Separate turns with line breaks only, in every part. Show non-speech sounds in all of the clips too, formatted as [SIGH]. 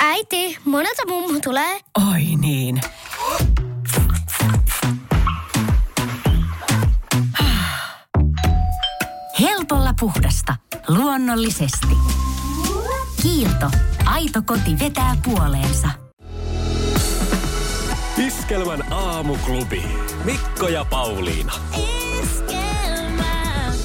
Äiti, monelta mummu tulee.
Oi niin. Helpolla puhdasta. Luonnollisesti. Kiilto. Aito koti vetää puoleensa.
Iskelmän aamuklubi. Mikko ja Pauliina.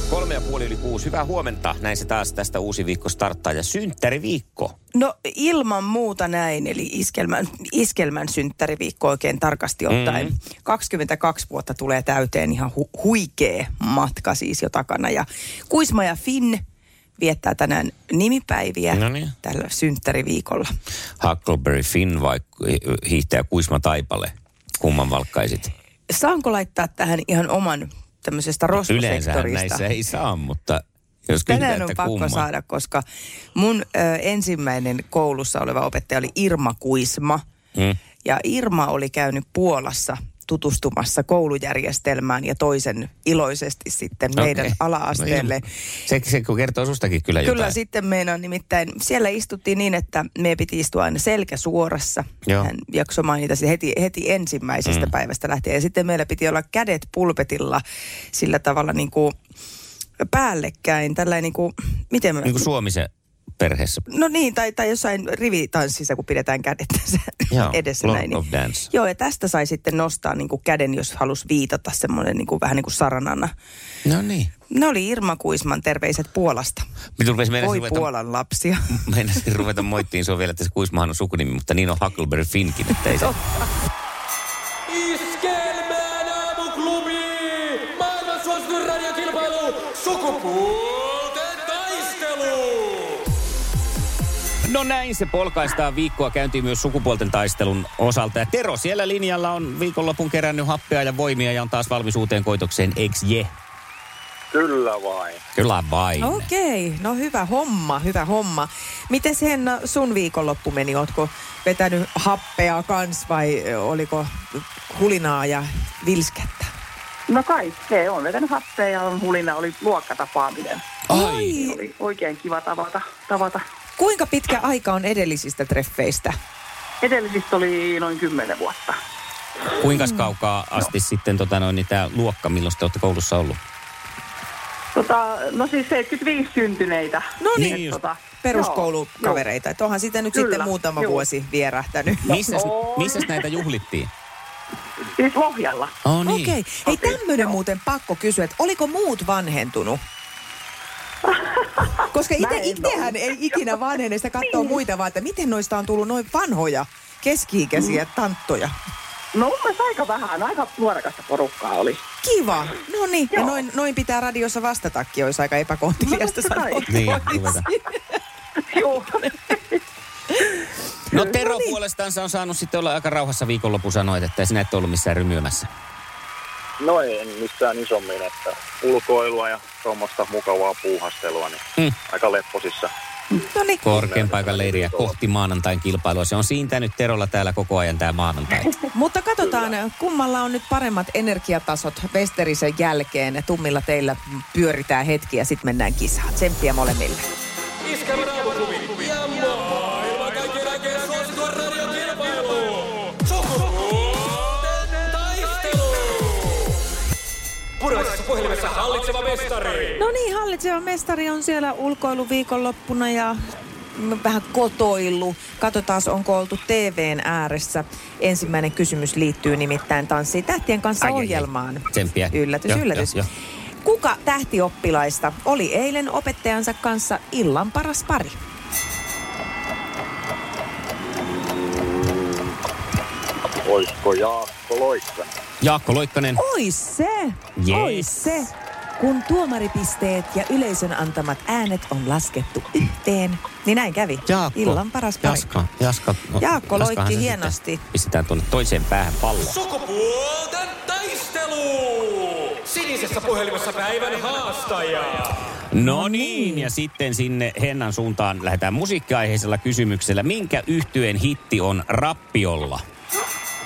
Kolme ja puoli yli kuusi. Hyvää huomenta. Näin se taas tästä uusi viikko starttaa ja synttäriviikko.
No ilman muuta näin, eli iskelmän, iskelmän synttäriviikko oikein tarkasti ottaen. Mm. 22 vuotta tulee täyteen ihan hu- huikea matka siis jo takana. Ja Kuisma ja Finn viettää tänään nimipäiviä
Noniin.
tällä synttäriviikolla.
Huckleberry Finn vai hiihtäjä Kuisma Taipale? Kumman valkkaisit?
Saanko laittaa tähän ihan oman tämmöisestä
Yleensä
rosvosektorista?
näissä ei saa, mutta jos
Tänään
kysytään,
on
että
pakko
kumman.
saada, koska mun ö, ensimmäinen koulussa oleva opettaja oli Irma Kuisma.
Hmm?
Mm. Ja Irma oli käynyt Puolassa tutustumassa koulujärjestelmään ja toisen iloisesti sitten meidän
Okei.
ala-asteelle.
No ilman. se, se kun kertoo sustakin kyllä,
Kyllä
jotain.
sitten meidän nimittäin, siellä istuttiin niin, että me piti istua aina selkä suorassa.
Joo.
Hän jakso mainita se heti, heti ensimmäisestä mm. päivästä lähtien. Ja sitten meillä piti olla kädet pulpetilla sillä tavalla niin kuin päällekkäin. Tällainen niin kuin, miten mä...
Niin kuin Suomisen perheessä.
No niin, tai, tai jossain rivitanssissa, kun pidetään kädet [LAUGHS] tässä
Joo,
edessä
Lord
näin. niin
of Dance.
Joo, ja tästä sai sitten nostaa niin kuin käden, jos halusi viitata semmoinen niin kuin, vähän niin kuin saranana.
No niin.
Ne oli Irma Kuisman terveiset Puolasta.
Mitä rupesi meidän Mm.
Voi
ruveta,
Puolan lapsia.
meinasin ruveta moittiin sua vielä, että se Kuismahan on sukunimi, mutta niin on Huckleberry Finnkin, että ei se.
Iskelmään aamuklubi! Maailman suosituin radiokilpailu! Sukupuolten taistelu!
No näin se polkaistaan viikkoa käyntiin myös sukupuolten taistelun osalta. Ja Tero siellä linjalla on viikonlopun kerännyt happea ja voimia ja on taas valmis uuteen koitokseen, eiks je?
Kyllä vain.
Kyllä vain.
[LAUGHS] Okei, okay, no hyvä homma, hyvä homma. Miten Henna sun viikonloppu meni? Ootko vetänyt happea kans vai ö, oliko hulinaa ja vilskettä?
No kaikkea. on vetänyt happea ja on hulina oli luokkatapaaminen.
Ai.
Oi,
Oli oikein kiva tavata. tavata.
kuinka pitkä aika on edellisistä treffeistä?
Edellisistä oli noin 10 vuotta.
Kuinka kaukaa asti sitten tota noin, niin tämä luokka, milloin te olette koulussa ollut?
Tota, no siis 75 syntyneitä.
No
Niin
niin,
just.
Tota,
peruskoulukavereita. Että onhan sitä nyt
Kyllä,
sitten muutama
juu.
vuosi vierähtänyt.
Missä,
on.
missä näitä juhlittiin?
Joo, siis Lohjalla.
Oh,
Okei.
niin.
Okay. Hei, tämmöinen muuten pakko kysyä, että oliko
[LAUGHS]
muut vanhentunut? Koska
Mä
itse,
en Niin.
itsehän ei ikinä vanhene, sitä katsoo muita vaan, että miten noista on tullut noin vanhoja, keski-ikäisiä tanttoja.
No mun mielestä aika vähän, aika nuorekasta porukkaa oli.
Kiva. No niin, ja
Joo.
noin, noin pitää radiossa vastatakin, olisi aika
No,
epäkohteliasta
totta kai.
sanoa.
Niin, ruveta.
Joo.
No Tero
niin.
puolestansa on saanut sitten olla aika rauhassa viikonloppu sanoit, että sinä et ollut missään rymyämässä.
No en missään isommin, että ulkoilua ja tuommoista mukavaa puuhastelua, niin
Mm.
mm. aika lepposissa.
No niin,
Korkean paikan leiriä kohti maanantain kilpailua. Se on siintänyt Terolla täällä koko ajan tämä maanantai.
mutta katsotaan, kummalla on nyt paremmat energiatasot Westerisen jälkeen. Tummilla teillä pyöritään hetki ja sitten mennään kisaan. Tsemppiä molemmille.
Iskelmän aamuklubi! Ja maailman kaikkien aikeen suosituin radiokilpailu! Sukupuolten taistelu! Puraisessa puhelimessa hallitseva mestari!
No niin, hallitseva mestari on siellä ulkoiluviikonloppuna ja mm, vähän kotoillu. Katsotaan, onko oltu TVn ääressä. Ensimmäinen kysymys liittyy nimittäin Tanssii tähtien kanssa
Ai, ai, ai.
ohjelmaan.
Tsemppiä.
Yllätys,
Joo,
yllätys.
joo,
Kuka tähtioppilaista oli eilen opettajansa kanssa illan paras pari?
Oisko Jaakko Loikkanen?
Jaakko Loikkanen.
Ois se!
Yes.
Ois se! Kun tuomaripisteet ja yleisön antamat äänet on laskettu yhteen, niin näin kävi.
Jaakko.
Illan paras pari.
Jaska. Jaska. No,
Jaakko
Jaskahan
loikki
se sitten
hienosti.
Pistetään tuonne toiseen päähän pallo.
Sukupuolten taistelu! Sinisessä puhelimessa päivän haastaja!
No niin, ja sitten sinne Hennan suuntaan lähdetään musiikkiaiheisella kysymyksellä. Minkä yhtyeen hitti on Rappiolla?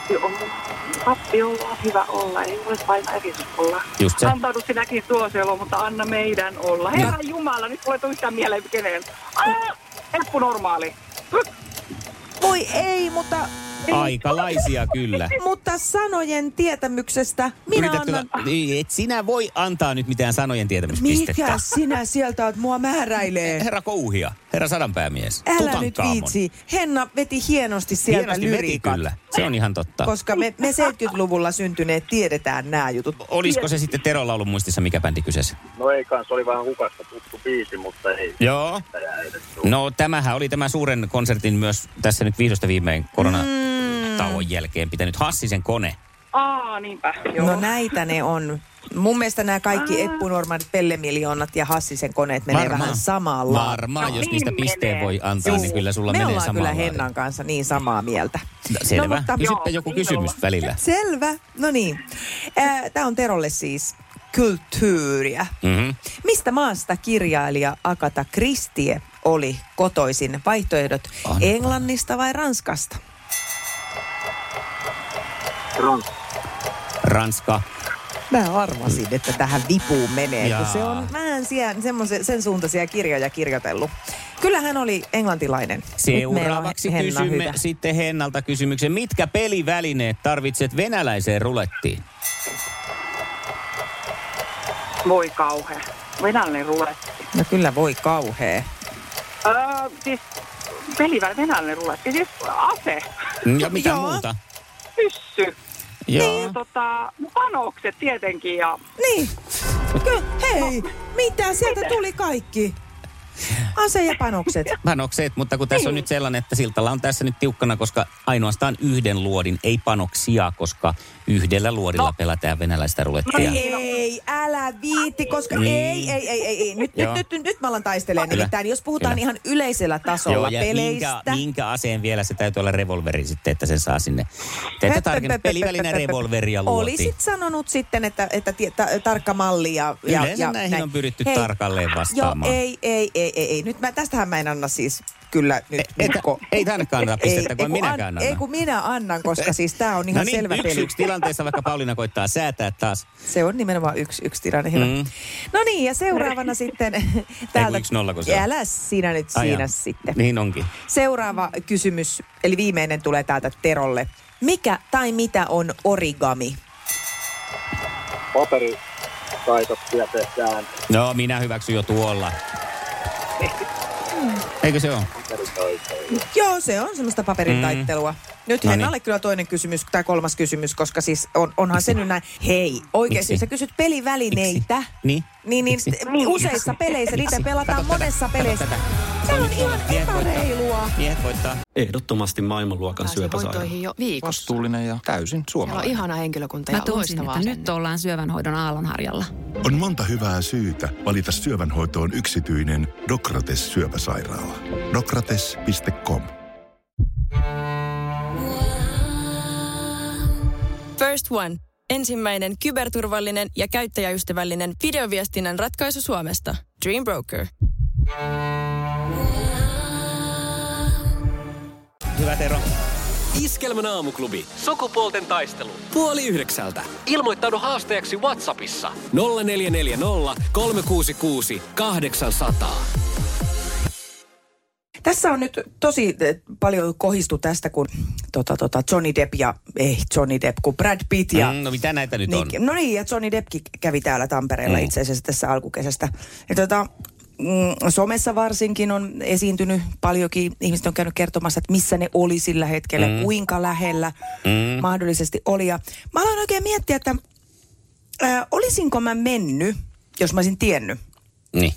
Pappi on, pappi on ollut hyvä olla, ei ole vain eritys olla.
Just se.
Antaudu sinäkin suosiolla, mutta anna meidän olla.
No.
Herra Jumala, nyt tulee yhtään mieleen kenen. Ah, Eppu normaali.
Voi ei, mutta,
Aikalaisia kyllä.
mutta sanojen tietämyksestä minä
Yritätkö-
annan...
Niin, Et sinä voi antaa nyt mitään sanojen tietämispistettä.
Mikä sinä sieltä oot mua määräilee?
Herra Kouhia, herra sadanpäämies.
Älä nyt
Tutankhamon.
viitsi. Henna veti hienosti sieltä
Hienosti veti
lyriikat.
kyllä. Se on ihan totta.
Koska me, me 70-luvulla syntyneet tiedetään nämä jutut.
Olisiko se sitten Terolla ollut muistissa, mikä bändi kyseessä?
No ei kans, oli vähän hukasta tuttu biisi, mutta ei.
Joo.
sitä jäädytetty.
No tämähän oli tämän suuren konsertin myös tässä nyt viidosta viimein
Mm.
koronatauon jälkeen pitänyt Hassisen kone.
Aa, niinpä. Joo.
No näitä ne on. Mun mielestä nämä kaikki eppunormalit, pellemiljoonat ja Hassisen koneet menee
Varmaan.
vähän samalla.
Varmaan,
No
jos
niin
niistä pisteen
menee.
voi antaa, niin kyllä sulla
Siis Me
menee
ollaan
samalla.
kyllä Hennan kanssa niin samaa mieltä.
Selvä.
No, mutta,
Kysypä
Joo,
joku
niin
kysymys
ollaan.
välillä.
selvä. No niin. Tämä on Terolle siis kulttuuria.
Mhm.
Mistä maasta kirjailija Akata Kristie oli kotoisin? Vaihtoehdot
Anna.
Englannista vai Ranskasta?
Ranska.
Mä arvasin, että tähän vipuun menee,
Jaa.
kun se on vähän siellä, semmose, sen suuntaisia kirjoja kirjoitellut. Kyllä hän oli englantilainen. Nyt meillä on
Seuraavaksi
Henna
kysymme
hyvä.
sitten Hennalta kysymyksen. Mitkä pelivälineet tarvitset venäläiseen rulettiin?
Voi kauhe. Venäläinen ruletti.
No kyllä voi kauhea.
Öö, siis pelivä venäläinen ruletti. Siis ase,
Ja mitä
Mm. Joo.
muuta?
pyssy,
Joo.
tota, panokset tietenkin ja
Niin. Ky- hei, mitä? Sieltä tuli kaikki. Ase ja panokset.
Panokset, mutta kun
Niin.
tässä on nyt sellainen, että Siltalla on tässä nyt tiukkana, koska ainoastaan yhden luodin, ei panoksia, koska yhdellä luodilla no. pelataan venäläistä rulettia.
No niin, Ei, älä viitti, koska
Niin.
ei, ei, ei, ei, ei. Nyt, nyt,
Joo.
nyt, nyt, nyt mä alan taistelemaan
Kyllä,
nimittäin. Jos puhutaan
kyllä.
ihan yleisellä tasolla
ja
peleistä.
minkä, minkä aseen vielä, se täytyy olla revolveri sitten, että sen saa sinne. Teitä
Höppö,
tarkemmin,
höppö,
pelivälinen
höppö, höppö.
revolveria luotiin.
Olisit sanonut sitten, että, että tie- ta- tarkka malli ja, ja,
Yleensä
ja
näihin on pyritty tarkalleen vastaamaan.
Joo, ei, ei, ei, ei, ei. Nyt mä, tästähän mä en anna siis kyllä nyt.
E- Et-
Mikko.
ei tänne kannata pistettä, kun en
kun
minäkään anna.
Ei kun minä annan, koska siis
[LAUGHS]
tää on ihan
no niin,
selvä
yksi,
peli.
yksi tilanteessa, vaikka Pauliina koittaa säätää taas.
Se on nimenomaan yksi, yksi tilanne. Hyvä.
Mm.
No niin, ja
[LAUGHS]
seuraavana sitten [LAUGHS] täältä.
yksi nolla, kun se on.
Älä sinä nyt
Ai
siinä
jaa.
sitten.
Niin onkin.
Seuraava kysymys, eli viimeinen tulee täältä Terolle. Mikä tai mitä on origami?
Paperitaitoksia tehdään
No, minä hyväksyn jo tuolla. Eikö se ole?
paperitaitoja.
Joo, se on semmoista
Mm.
paperin taittelua. Nyt
No
Hennalle kyllä toinen kysymys, tai kolmas kysymys, koska siis on, onhan se nyt näin. Hei, oikeasti,
Miksi?
jos sä kysyt pelivälineitä,
Miksi? Niin.
niin, [LAUGHS] niin
Miksi?
st- useissa peleissä, niitä
Miksi?
pelataan
Kato tätä,
monessa
kato
peleissä.
tätä.
Se on
Nyt
ihan
miehet voittaa.
epäreilua.
Miehet voittaa.
Ehdottomasti maailmanluokan syöpäsairaala.
jo viikossa.
Vastuullinen ja täysin
Siellä on ihana henkilökunta
Mä
ja
tunsin,
loistavaa
että nyt
asennetta.
ollaan syövänhoidon aallonharjalla.
On monta hyvää syytä valita syövänhoitoon yksityinen Dokrates syöpäsairaala. Dokrates.com
First One. Ensimmäinen kyberturvallinen ja käyttäjäystävällinen videoviestinnän ratkaisu Suomesta. Dream Broker.
Hyvä Tero.
Iskelmän aamuklubi. Sukupuolten taistelu. Puoli yhdeksältä. Ilmoittaudu haastajaksi Whatsappissa. 0440 366 800.
Tässä on nyt tosi eh, paljon kohistu tästä, kun tota, tota, Johnny Depp ja, ei Johnny Depp, kun Brad Pitt ja...
Mm, no mitä näitä nyt on?
Niin, no niin, ja Johnny Deppkin kävi täällä Tampereella
Mm.
itse asiassa tässä alkukesästä. Ja tota, mm, somessa varsinkin on esiintynyt paljonkin. Ihmiset on käynyt kertomassa, että missä ne oli sillä hetkellä, mm. kuinka lähellä mm. mahdollisesti oli. Ja mä aloin oikein miettiä, että ää, olisinko mä mennyt, jos mä olisin tiennyt,
Niin.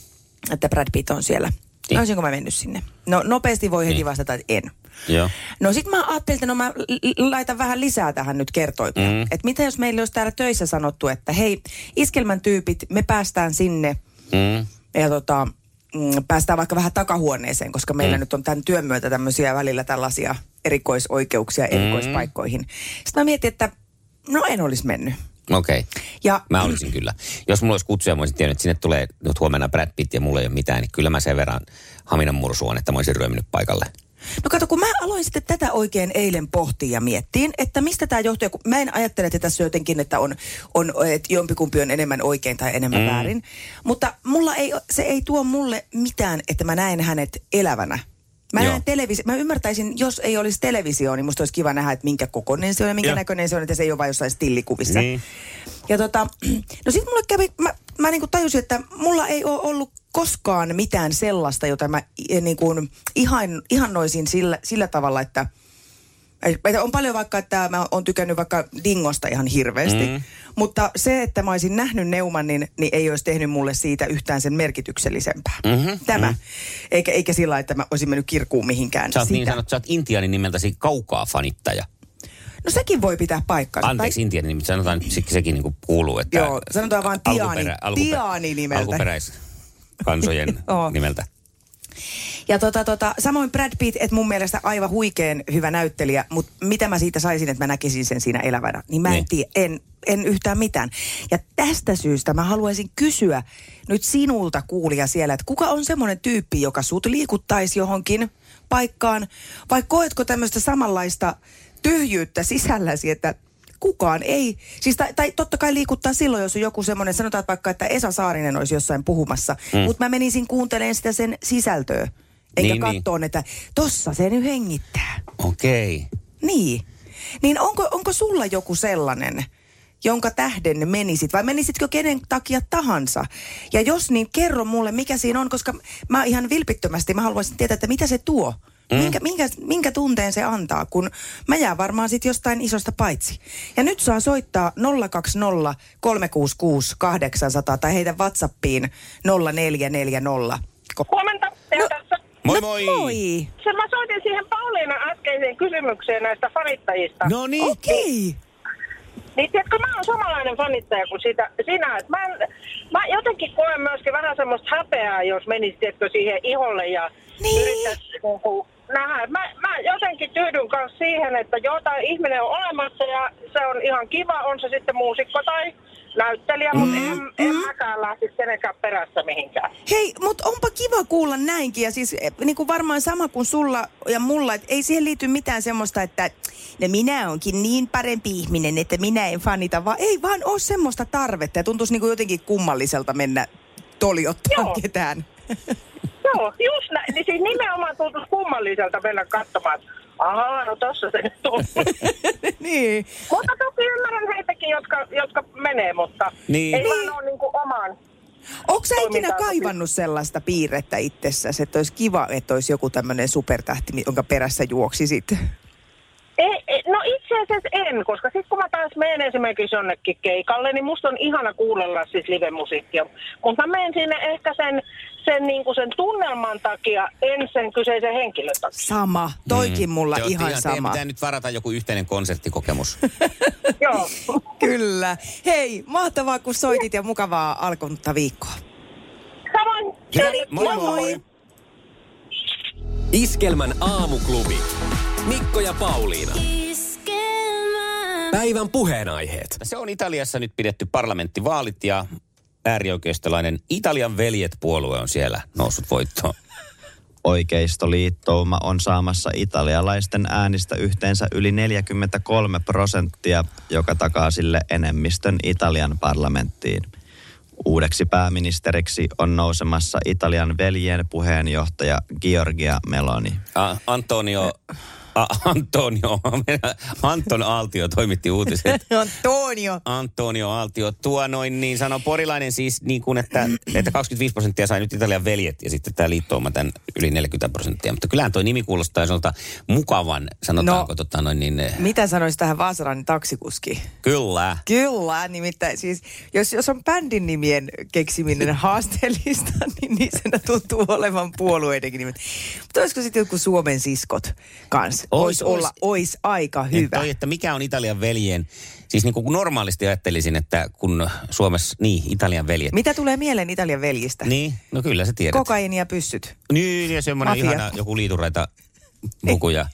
että Brad Pitt on siellä.
Niin.
Niin. Olisinko mä mennyt sinne? No nopeasti voi heti vastata, että en.
Joo.
No sit mä ajattelin, että no mä l- l- laitan vähän lisää tähän nyt kertoimia. Mm. Että mitä jos meillä olisi täällä töissä sanottu, että hei, iskelmän tyypit, me päästään sinne
Mm.
ja tota, mm, päästään vaikka vähän takahuoneeseen, koska meillä mm. nyt on tämän työn myötä tämmöisiä välillä tällaisia erikoisoikeuksia erikoispaikkoihin. Sitten mä mietin, että no en olisi mennyt.
Okei.
Ja
Mä olisin kyllä. Jos mulla olisi kutsuja, mä olisin tiennyt, että sinne tulee nyt huomenna Brad Pitt ja mulla ei ole mitään, niin kyllä mä sen verran haminan mursuon, että mä olisin ryöminyt paikalle.
No kato, kun mä aloin sitten tätä oikein eilen pohtia ja miettiin, että mistä tämä johtuu. Kun mä en ajattele, että tässä jotenkin, että on, on että jompikumpi on enemmän oikein tai enemmän
Mm.
mm. väärin. Mutta mulla ei, se ei tuo mulle mitään, että mä näen hänet elävänä. Mä,
Joo.
näen televisio- mä ymmärtäisin, jos ei olisi televisio, niin musta olisi kiva nähdä, että minkä kokoinen se on ja minkä
Joo.
näköinen se on, että se ei ole vain jossain stillikuvissa.
Niin.
Ja tota, [CLEARS THROAT] no sit mulle kävi, mä, mä niinku tajusin, että mulla ei ole ollut koskaan mitään sellaista, jota mä i- niinku ihan, ihannoisin sillä, sillä tavalla, että että on paljon vaikka, että mä oon tykännyt vaikka dingosta ihan hirveästi.
Mm.
Mm. Mutta se, että mä olisin nähnyt neuman, niin, niin ei olisi tehnyt mulle siitä yhtään sen merkityksellisempää.
Mhm,
Tämä.
mhm.
Eikä, eikä sillä lailla, että mä olisin mennyt kirkkuun mihinkään.
Sä oot niin
sitä.
sanottu, sä oot intiaanin nimeltäsi kaukaa fanittaja.
No sekin voi pitää paikkaansa.
Anteeksi, intiaanin nimeltä, sanotaan nyt se- sekin niinku kuuluu, että...
Tai, joo, sanotaan vaan Tiani,
alkuperä-
Tiani nimeltä.
Alkuperäiskansojen
[LAUGHS] Joo.
nimeltä.
Ja tota, tota, samoin Brad Pitt, että mun mielestä aivan huikeen hyvä näyttelijä, mutta mitä mä siitä saisin, että mä näkisin sen siinä elävänä, niin mä en
Niin.
tiedä, en, en yhtään mitään. Ja tästä syystä mä haluaisin kysyä nyt sinulta kuulija siellä, että kuka on semmoinen tyyppi, joka sut liikuttaisi johonkin paikkaan, vai koetko tämmöistä samanlaista tyhjyyttä sisälläsi, että kukaan ei, siis tai, tai totta kai liikuttaa silloin, jos on joku semmoinen, sanotaan vaikka, että Esa Saarinen olisi jossain puhumassa,
Mm.
mm. mutta mä menisin kuuntelemaan sitä sen sisältöä. Eikä
Niin,
niin,
niin.
kattoon, että tossa se nyt hengittää.
Okei.
Niin. Niin onko, onko sulla joku sellainen, jonka tähden menisit, vai menisitkö kenen takia tahansa? Ja jos niin, kerro mulle, mikä siinä on, koska mä ihan vilpittömästi mä haluaisin tietää, että mitä se tuo.
Mm.
Mm. Minkä, minkä, minkä tunteen se antaa, kun mä jään varmaan sit jostain isosta paitsi. Ja nyt saa soittaa 020 366 800 tai heitä WhatsAppiin 0440.
Huomenta. No,
Moi moi!
Moi!
Se mä soitin siihen Pauliinan äskeiseen kysymykseen näistä fanittajista.
No niin.
Oh, Okei.
Niin tiedätkö, mä oon samanlainen fanittaja kuin sitä, sinä. Et Mä, en, mä jotenkin koen myöskin vähän semmoista häpeää, jos menisi tiedätkö, siihen iholle ja niin. yrittäisi niinku nähdä. Mä, mä jotenkin tyydyn myös siihen, että jotain ihminen on olemassa ja se on ihan kiva, on se sitten muusikko tai näyttelijä, mutta mm, en, en mm. mäkään lähtisi kenenkään perässä mihinkään.
Hei, mutta onpa kiva kuulla näinkin. Ja siis eh, niin kuin varmaan sama kuin sulla ja mulla, että ei siihen liity mitään semmoista, että no minä onkin niin parempi ihminen, että minä en fanita, vaan ei vaan ole semmoista tarvetta. Ja tuntuisi niin kuin jotenkin kummalliselta mennä toliottaa ketään. [LAUGHS]
Joo, just näin. Niin siis nimenomaan tuntuu kummalliselta mennä katsomaan, että ahaa, no tossa se nyt on.
niin.
Mutta toki ymmärrän heitäkin, jotka, jotka menee, mutta
Niin.
ei
Niin.
vaan ole niinku oman.
Onko sä ikinä
Toimintaa sopii.
kaivannut sellaista piirrettä itsessäsi, että olisi kiva, että olisi joku tämmöinen supertähti, jonka perässä juoksisit?
Ei, ei, no itse asiassa en, koska sitten kun mä taas menen esimerkiksi jonnekin keikalle, niin musta on ihana kuunnella siis live-musiikkia. Mutta mä menen sinne ehkä sen, sen, niinku sen tunnelman takia, en sen kyseisen henkilön takia.
Sama. Toikin mulla
Mm. Te ootte
ihan
Teidän
sama.
pitää nyt varata joku yhteinen
[LAUGHS]
konserttikokemus.
Joo.
Kyllä. Hei, mahtavaa kun soitit ja mukavaa alkunutta viikkoa.
Samoin.
Hyvä. Moi moi.
Iskelmän aamuklubi. Mikko ja Pauliina. Päivän puheenaiheet.
Se on Italiassa nyt pidetty parlamenttivaalit ja äärioikeistolainen Italian veljet-puolue on siellä noussut voittoon.
Oikeistoliittouma on saamassa italialaisten äänistä yhteensä yli 43 prosenttia, joka takaa sille enemmistön Italian parlamenttiin. Uudeksi pääministeriksi on nousemassa Italian veljen puheenjohtaja Giorgia Meloni.
A- Antonio, a- Antonio, [LAUGHS] Anton Aaltio toimitti uutiset.
No. Antonio.
Antonio Aaltio, tuo noin niin sanoi porilainen siis niin kuin, että, että 25 prosenttia sai nyt Italian veljet ja sitten tämä liittouma tämän yli 40 prosenttia. Mutta kyllähän toi nimi kuulostaa jolta mukavan, sanotaanko no. tota noin niin, eh,
Mitä sanoisi tähän Vaasaran taksikuski?
kyllä.
Kyllä, nimittäin siis, jos, jos on bändin nimien keksiminen [LAUGHS] haasteellista, niin niisenä tuntuu olevan puolueidenkin nimet. Mutta olisiko sitten joku Suomen siskot kanssa?
ois.
Ois, olla, ois aika
Niin
hyvä.
Toi, että mikä on Italian veljen, siis niin kuin normaalisti ajattelisin, että kun Suomessa, niin Italian veljet.
Mitä tulee mieleen Italian veljistä?
Niin, no kyllä se tiedät.
Kokaiini ja pyssyt.
Niin, ja semmoinen
Mafia.
ihana joku liituraita puku ja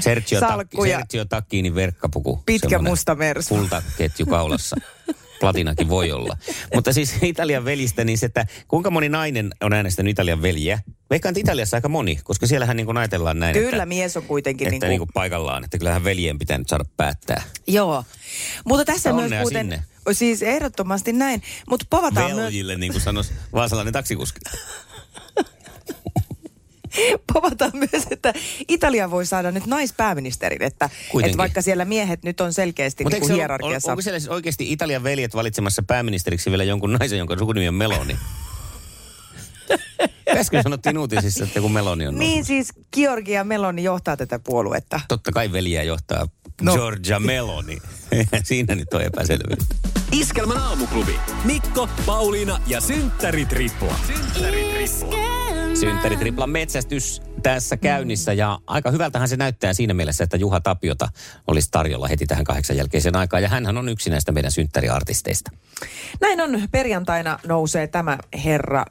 Sergio, Takki,
Salkku ja-
Sergio Takkinin verkkapuku.
Pitkä
Semmoinen
musta mersu.
Kultaketju kaulassa. Platinakin voi olla. Mutta siis Italian veljistä, niin se, että kuinka moni nainen on äänestänyt Italian veljeä, Veikkaan, että Italiassa aika moni, koska siellähän niin kuin ajatellaan näin.
Kyllä,
että,
mies on kuitenkin
Että
niin
niinku-
kuin-
niin kuin paikallaan, että kyllähän veljen pitää nyt saada päättää.
Joo, mutta tässä
Mutta
myös
onnea
muuten,
sinne.
siis ehdottomasti näin, mutta povataan, myös,
Veljille, niin kuin sanoisi vaasalainen taksikuski.
povataan myös, [LAUGHS] että Italia voi saada nyt naispääministerin, että,
Kuitenkin.
että vaikka siellä miehet nyt on selkeästi
Mut
niin
eikö
kuin
se ollut-
hierarkiassa.
on- onko siellä siis oikeasti Italian veljet valitsemassa pääministeriksi vielä jonkun naisen, jonka sukunimi on
[LAUGHS]
Meloni? Äsken sanottiin uutisissa, että kun Meloni on
Niin siis Georgia Meloni johtaa tätä puoluetta.
Totta kai veljeä johtaa no. Georgia Meloni. [LAUGHS] Siinä nyt on epäselvyyttä.
Iskelmän aamuklubi. Mikko, Pauliina ja synttäritripla.
Synttäritriplan metsästys tässä käynnissä ja aika hyvältähän se näyttää siinä mielessä, että Juha Tapiota olisi tarjolla heti tähän kahdeksan jälkeiseen aikaan. Ja hänhän on yksi näistä meidän synttäriartisteista.
Näin on. Perjantaina nousee tämä herra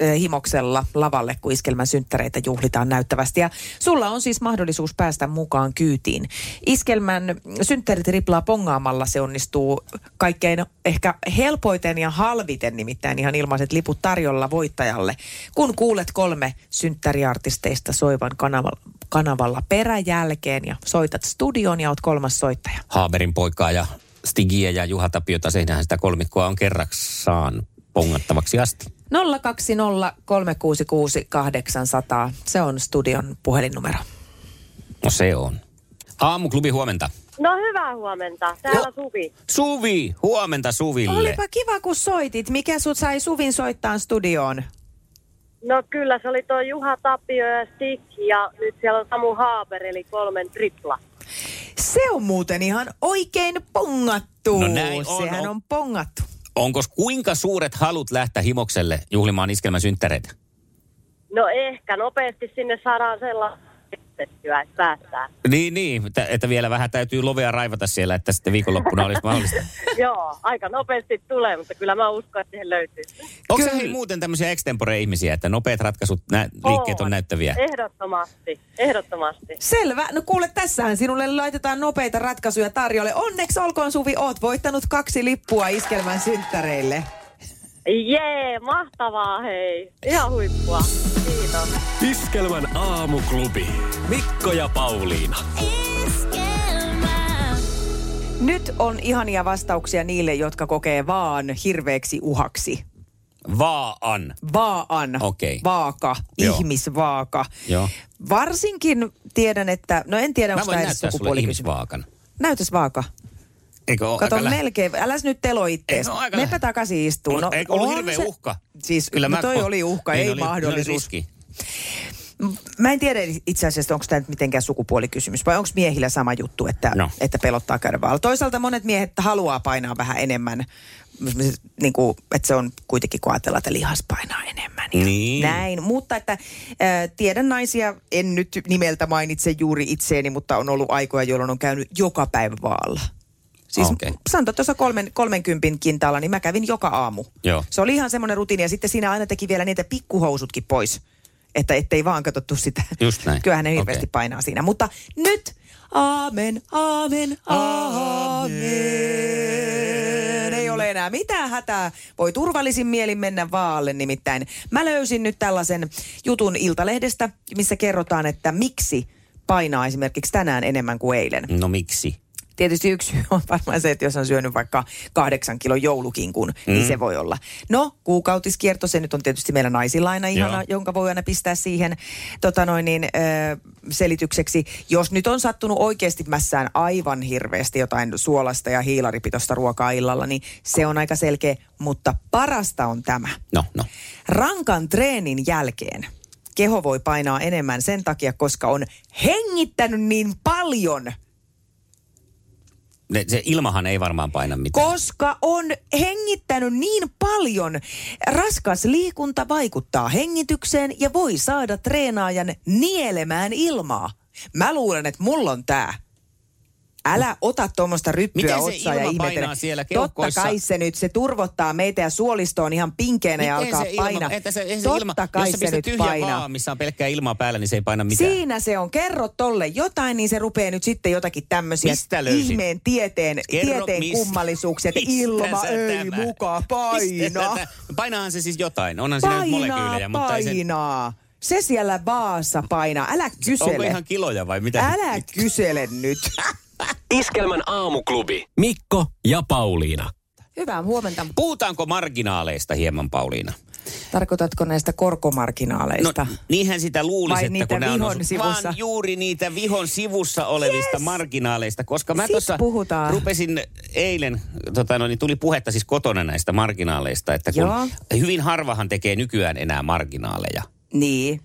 eh, himoksella lavalle, kun iskelmän synttäreitä juhlitaan näyttävästi. Ja sulla on siis mahdollisuus päästä mukaan kyytiin. Iskelmän synttärit riplaa pongaamalla se onnistuu kaikkein ehkä helpoiten ja halviten, nimittäin ihan ilmaiset liput tarjolla voittajalle, kun kuulet kolme synttäriartisteista soivan kanavalla, kanavalla peräjälkeen ja soitat studioon ja oot kolmas soittaja.
Haaberin poikaa ja Stigiä ja Juha Tapiota, sehän sitä kolmikkoa on kerraksaan pongattavaksi asti.
020 366 800. Se on studion puhelinnumero.
No se on. Aamuklubi huomenta.
No hyvää huomenta. Täällä Suvi.
Suvi, huomenta Suville.
Olipa kiva, kun soitit. Mikä sut sai Suvin soittaa studioon?
No kyllä, se oli tuo Juha Tapio ja Stik ja nyt siellä on Samu Haaber, eli kolmen tripla.
Se on muuten ihan oikein pongattu.
No näin on.
Sehän on pongattu.
Onko kuinka suuret halut lähteä himokselle juhlimaan iskelmän synttäreitä?
No ehkä nopeasti sinne saadaan sellaista estettyä, että päästään.
Niin, niin, että, että vielä vähän täytyy lovea raivata siellä, että sitten viikonloppuna olisi
[LAUGHS]
mahdollista.
Joo, aika nopeasti tulee, mutta kyllä mä uskon, että siihen löytyy.
Onko se hei muuten tämmöisiä extempore-ihmisiä, että nopeat ratkaisut, nä- liikkeet on näyttäviä?
Eh.
Ehdottomasti, ehdottomasti.
Selvä. No kuule, tässähän sinulle laitetaan nopeita ratkaisuja tarjolle. Onneksi olkoon Suvi, oot voittanut kaksi lippua iskelmän synttäreille.
Jee, mahtavaa hei. Ihan huippua. Kiitos.
Iskelmän aamuklubi. Mikko ja Pauliina.
Nyt on ihania vastauksia niille, jotka kokee vaan hirveäksi uhaksi.
Vaan.
Vaan.
Okei.
Vaaka.
Joo.
Ihmisvaaka.
Joo.
Varsinkin tiedän, että... No en tiedä,
Mä
onko
voin
tämä edes
näyttää sulle
sukupuoli.
ihmisvaakan.
Näytös vaaka.
Eikö ole
Kato,
aika lä-
melkein. Äläs nyt telo ittees.
Ei, no aika
Mepä takaisin istuu.
Mut
No,
eikö ollut
on
hirveä
se-
uhka?
Siis,
Kyllä
no
mä
toi
ko-
oli uhka,
Niin
ei
oli-
mahdollisuus.
oli riski.
Mä en tiedä itse asiassa, onko tämä nyt mitenkään sukupuolikysymys, vai onko miehillä sama juttu, että, no. että pelottaa käydä vaalla. Toisaalta monet miehet haluaa painaa vähän enemmän, niin kuin, että se on kuitenkin, kun ajatellaan, että lihas painaa enemmän. ja
Niin.
Näin, mutta että äh, tiedän naisia, en nyt nimeltä mainitse juuri itseeni, mutta on ollut aikoja, jolloin on käynyt joka päivä vaalla. Siis okay. sanotaan tuossa kolmen, 30 kintaalla, niin mä kävin joka aamu.
Joo.
Se oli ihan semmoinen rutiini ja sitten siinä aina teki vielä niitä pikkuhousutkin pois, että ettei vaan katsottu sitä.
Just näin.
Kyllähän ne hirveästi painaa siinä, mutta nyt aamen, aamen, aamen. Ei ole enää mitään hätää. Voi turvallisin mielin mennä vaalle nimittäin. Mä löysin nyt tällaisen jutun Iltalehdestä, missä kerrotaan, että miksi painaa esimerkiksi tänään enemmän kuin eilen.
No miksi?
Tietysti yksi syy on varmaan se, että jos on syönyt vaikka kahdeksan kilon joulukinkun, mm. niin
Mm.
se voi olla. No, kuukautiskierto, se nyt on tietysti meillä naisilla aina ihana,
Joo.
jonka voi aina pistää siihen tota noin niin, ö, selitykseksi. Jos nyt on sattunut oikeasti mässään aivan hirveästi jotain suolasta ja hiilaripitoista ruokaa illalla, niin se on aika selkeä. Mutta parasta on tämä.
No, no.
Rankan treenin jälkeen keho voi painaa enemmän sen takia, koska on hengittänyt niin paljon –
Ne, se ilmahan ei varmaan paina mitään.
Koska on hengittänyt niin paljon. Raskas liikunta vaikuttaa hengitykseen ja voi saada treenaajan nielemään ilmaa. Mä luulen, että mulla on tää. Älä ota tuommoista ryppyä
Miten se
otsaa ja
ilma painaa
ihmetele.
siellä
Totta
keuhkoissa?
kai se nyt, se turvottaa meitä ja suolisto on ihan pinkeänä ja
Miten
alkaa
se
painaa.
Ilma, että se, eihän se
Totta
ilma,
kai
jos sä
se
pistät
nyt
tyhjän
painaa.
vaan, missä on pelkkää ilmaa päällä, niin se ei paina mitään.
Siinä se on. Kerro tolle jotain, niin se rupeaa nyt sitten jotakin tämmöisiä
Mistä löysit?
ihmeen tieteen,
Kerro,
tieteen
mist-
kummallisuuksia, että
mistä
ilma
sä
ei
tämän-
muka
mistä sä
paina.
tämän- Painaahan se siis jotain. Onhan siinä nyt
Painaa,
molekyylejä, mutta ei se...
painaa. Se siellä baassa painaa. Älä kysele.
Onko ihan kiloja vai mitä?
Älä kysele
[LAUGHS]
nyt.
Iskelmän aamuklubi. Mikko ja Pauliina.
Hyvää huomenta.
Puhutaanko marginaaleista hieman, Pauliina?
Tarkoitatko näistä korkomarginaaleista?
No, niinhän sitä luulisi,
Vai
että
niitä
kun ne on
vihon
osu-
sivussa?
Vaan juuri niitä vihon sivussa olevista yes. marginaaleista, koska mä
Sit
tuossa
Siis puhutaan.
rupesin eilen, tota no, niin tuli puhetta siis kotona näistä marginaaleista, että kun
Joo.
hyvin harvahan tekee nykyään enää marginaaleja
Niin.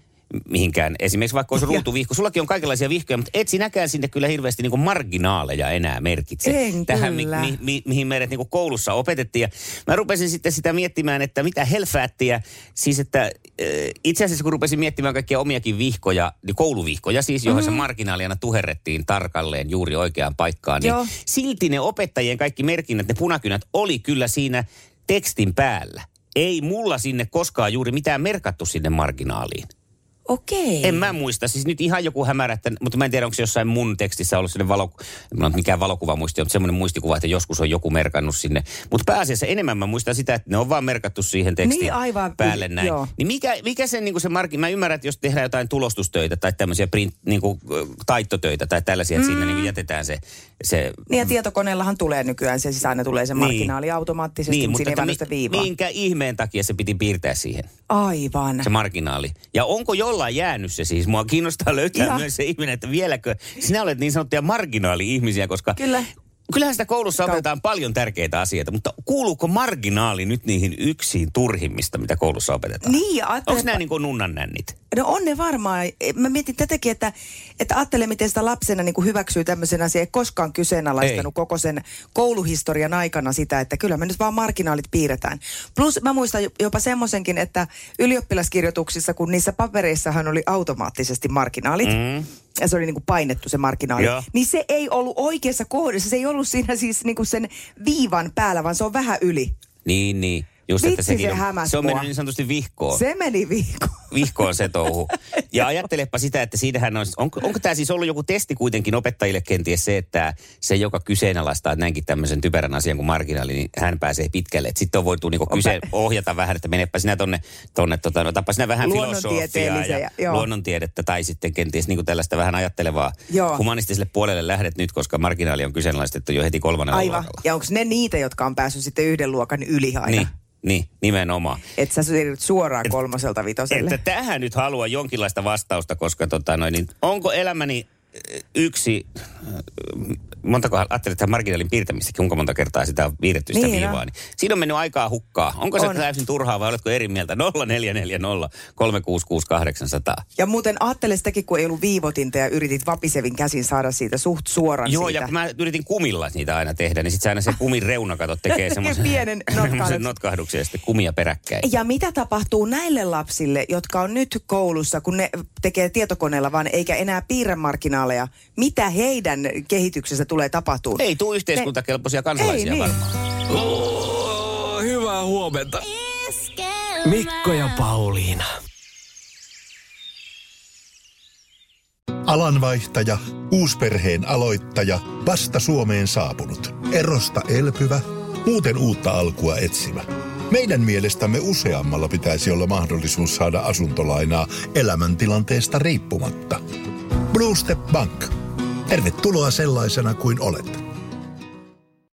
mihinkään. Esimerkiksi vaikka olisi ruutuvihko. Sullakin on kaikenlaisia vihkoja, mutta et sinäkään sinne kyllä hirveästi niin marginaaleja enää merkitse.
En
Tähän, mi-
kyllä.
mi- mi- mihin meidät niin koulussa opetettiin. Ja mä rupesin sitten sitä miettimään, että mitä helfäättiä. Siis että äh, itse asiassa kun rupesin miettimään kaikkia omiakin vihkoja, niin kouluvihkoja siis, johon
Mhm.
mm-hmm. se marginaaliana tuherrettiin tarkalleen juuri oikeaan paikkaan. Niin
Joo.
silti ne opettajien kaikki merkinnät, ne punakynät, oli kyllä siinä tekstin päällä. Ei mulla sinne koskaan juuri mitään merkattu sinne marginaaliin.
Okei.
En mä muista. Siis nyt ihan joku hämärä, että, mutta mä en tiedä, onko se jossain mun tekstissä ollut sellainen valo, en mä ole mikään valokuvamuisti, mutta semmoinen muistikuva, että joskus on joku merkannut sinne. Mutta pääasiassa enemmän mä muistan sitä, että ne on vaan merkattu siihen tekstiin
Niin, aivan.
päälle näin.
Joo.
Niin mikä, mikä se, niin se markki, mä ymmärrän, että jos tehdään jotain tulostustöitä tai tämmöisiä print, niin kuin, taittotöitä tai tällaisia, että mm. siinä niin kuin jätetään se, se
Niin ja tietokoneellahan tulee nykyään se, siis aina tulee se marginaali automaattisesti, niin, mutta siinä ei
että
vaan sitä
Niin. mi-
viivaa.
minkä ihmeen takia se piti piirtää siihen?
Aivan.
se marginaali. Ja onko jollain jäänyt se siis? Mua kiinnostaa löytää
Ihan.
Ihan. myös se ihminen, että vieläkö sinä olet niin sanottuja marginaali-ihmisiä, koska
Kyllä.
kyllähän sitä koulussa opetetaan paljon tärkeitä asioita, mutta kuuluuko marginaali nyt niihin yksiin turhimmista, mitä koulussa opetetaan?
Niin, ja
Onko
ajattelepa-
nämä niin kuin nunnan nännit?
No on ne varmaan. E, Mä mietin tätäkin, että, että ajattele, miten sitä lapsena niin kuin hyväksyy tämmöisen asian. Ei koskaan kyseenalaistanut
Ei.
koko sen kouluhistorian aikana sitä, että kyllä me nyt vaan marginaalit piirretään. Plus mä muistan jo- jopa semmoisenkin, että ylioppilaskirjoituksissa, kun niissä papereissahan oli automaattisesti marginaalit, mm. ja se oli niin kuin painettu se marginaali,
Mm-hmm. Joo.
niin se ei ollut oikeassa kohdassa. Se ei ollut siinä siis niin kuin sen viivan päällä, vaan se on vähän yli.
Niin, niin. Just, että
Vitsi,
sekin
se
on,
hämäs
se on
mua.
mennyt niin sanotusti vihkoon.
Se meni viikko.
Vihkoon se touhu. Ja ajattelepa sitä, että siinähän on, onko, onko tämä siis ollut joku testi kuitenkin opettajille kenties se, että se, joka kyseenalaistaa näinkin tämmöisen typerän asian kuin marginaali, niin hän pääsee pitkälle. Et Sitten on voitu niinku kyse, ohjata vähän, että menepä sinä tonne, tonne tota, no, tappa sinä vähän filosofiaa
Luonnontieteellisiä,
ja
joo.
luonnontiedettä tai sitten kenties niinku tällaista vähän ajattelevaa
Joo.
humanistiselle puolelle lähdet nyt, koska marginaali on kyseenalaistettu jo heti kolmannella
Aivan.
luokalla.
Ja onko ne niitä, jotka on päässyt sitten yhden luokan yli aina?
Niin, niin, nimenomaan.
Että sä siirryt suoraan kolmoselta vitoselle.
Että tähän nyt haluan jonkinlaista vastausta, koska tota noin, niin onko elämäni eh, yksi, eh, montako ajattelin tähän marginaalin piirtämistäkin, kuinka monta kertaa sitä on piirretty sitä
Niin
niin viivaa,
on.
niin siinä on mennyt aikaa hukkaa. Onko se
On.
täysin turhaa vai oletko eri mieltä? 0440 366 800.
Ja muuten ajattele sitäkin, kun ei ollut viivotinta ja yritit vapisevin käsin saada siitä suht suoran
Joo,
siitä.
ja kun mä yritin kumilla niitä aina tehdä, niin sit se aina se kumin reuna, kato, tekee
[LAUGHS]
semmoisen [LAUGHS]
Pienen notkahduksen.
semmoisen notkahduksen ja sitten kumia peräkkäin.
Ja mitä tapahtuu näille lapsille, jotka on nyt koulussa, kun ne tekee tietokoneella vaan eikä enää piirrä marginaaleja? Mitä heidän kehityksessä tulee tapahtuu?
Ei tuu yhteiskuntakelpoisia kansalaisia
Ei, niin.
varmaan.
Oh, hyvää huomenta. Mikko ja Pauliina.
Alanvaihtaja, uusperheen aloittaja, vasta Suomeen saapunut, erosta elpyvä, muuten uutta alkua etsimä. Meidän mielestämme useammalla pitäisi olla mahdollisuus saada asuntolainaa elämäntilanteesta riippumatta. Blue Step Bank. Tervetuloa sellaisena kuin olet.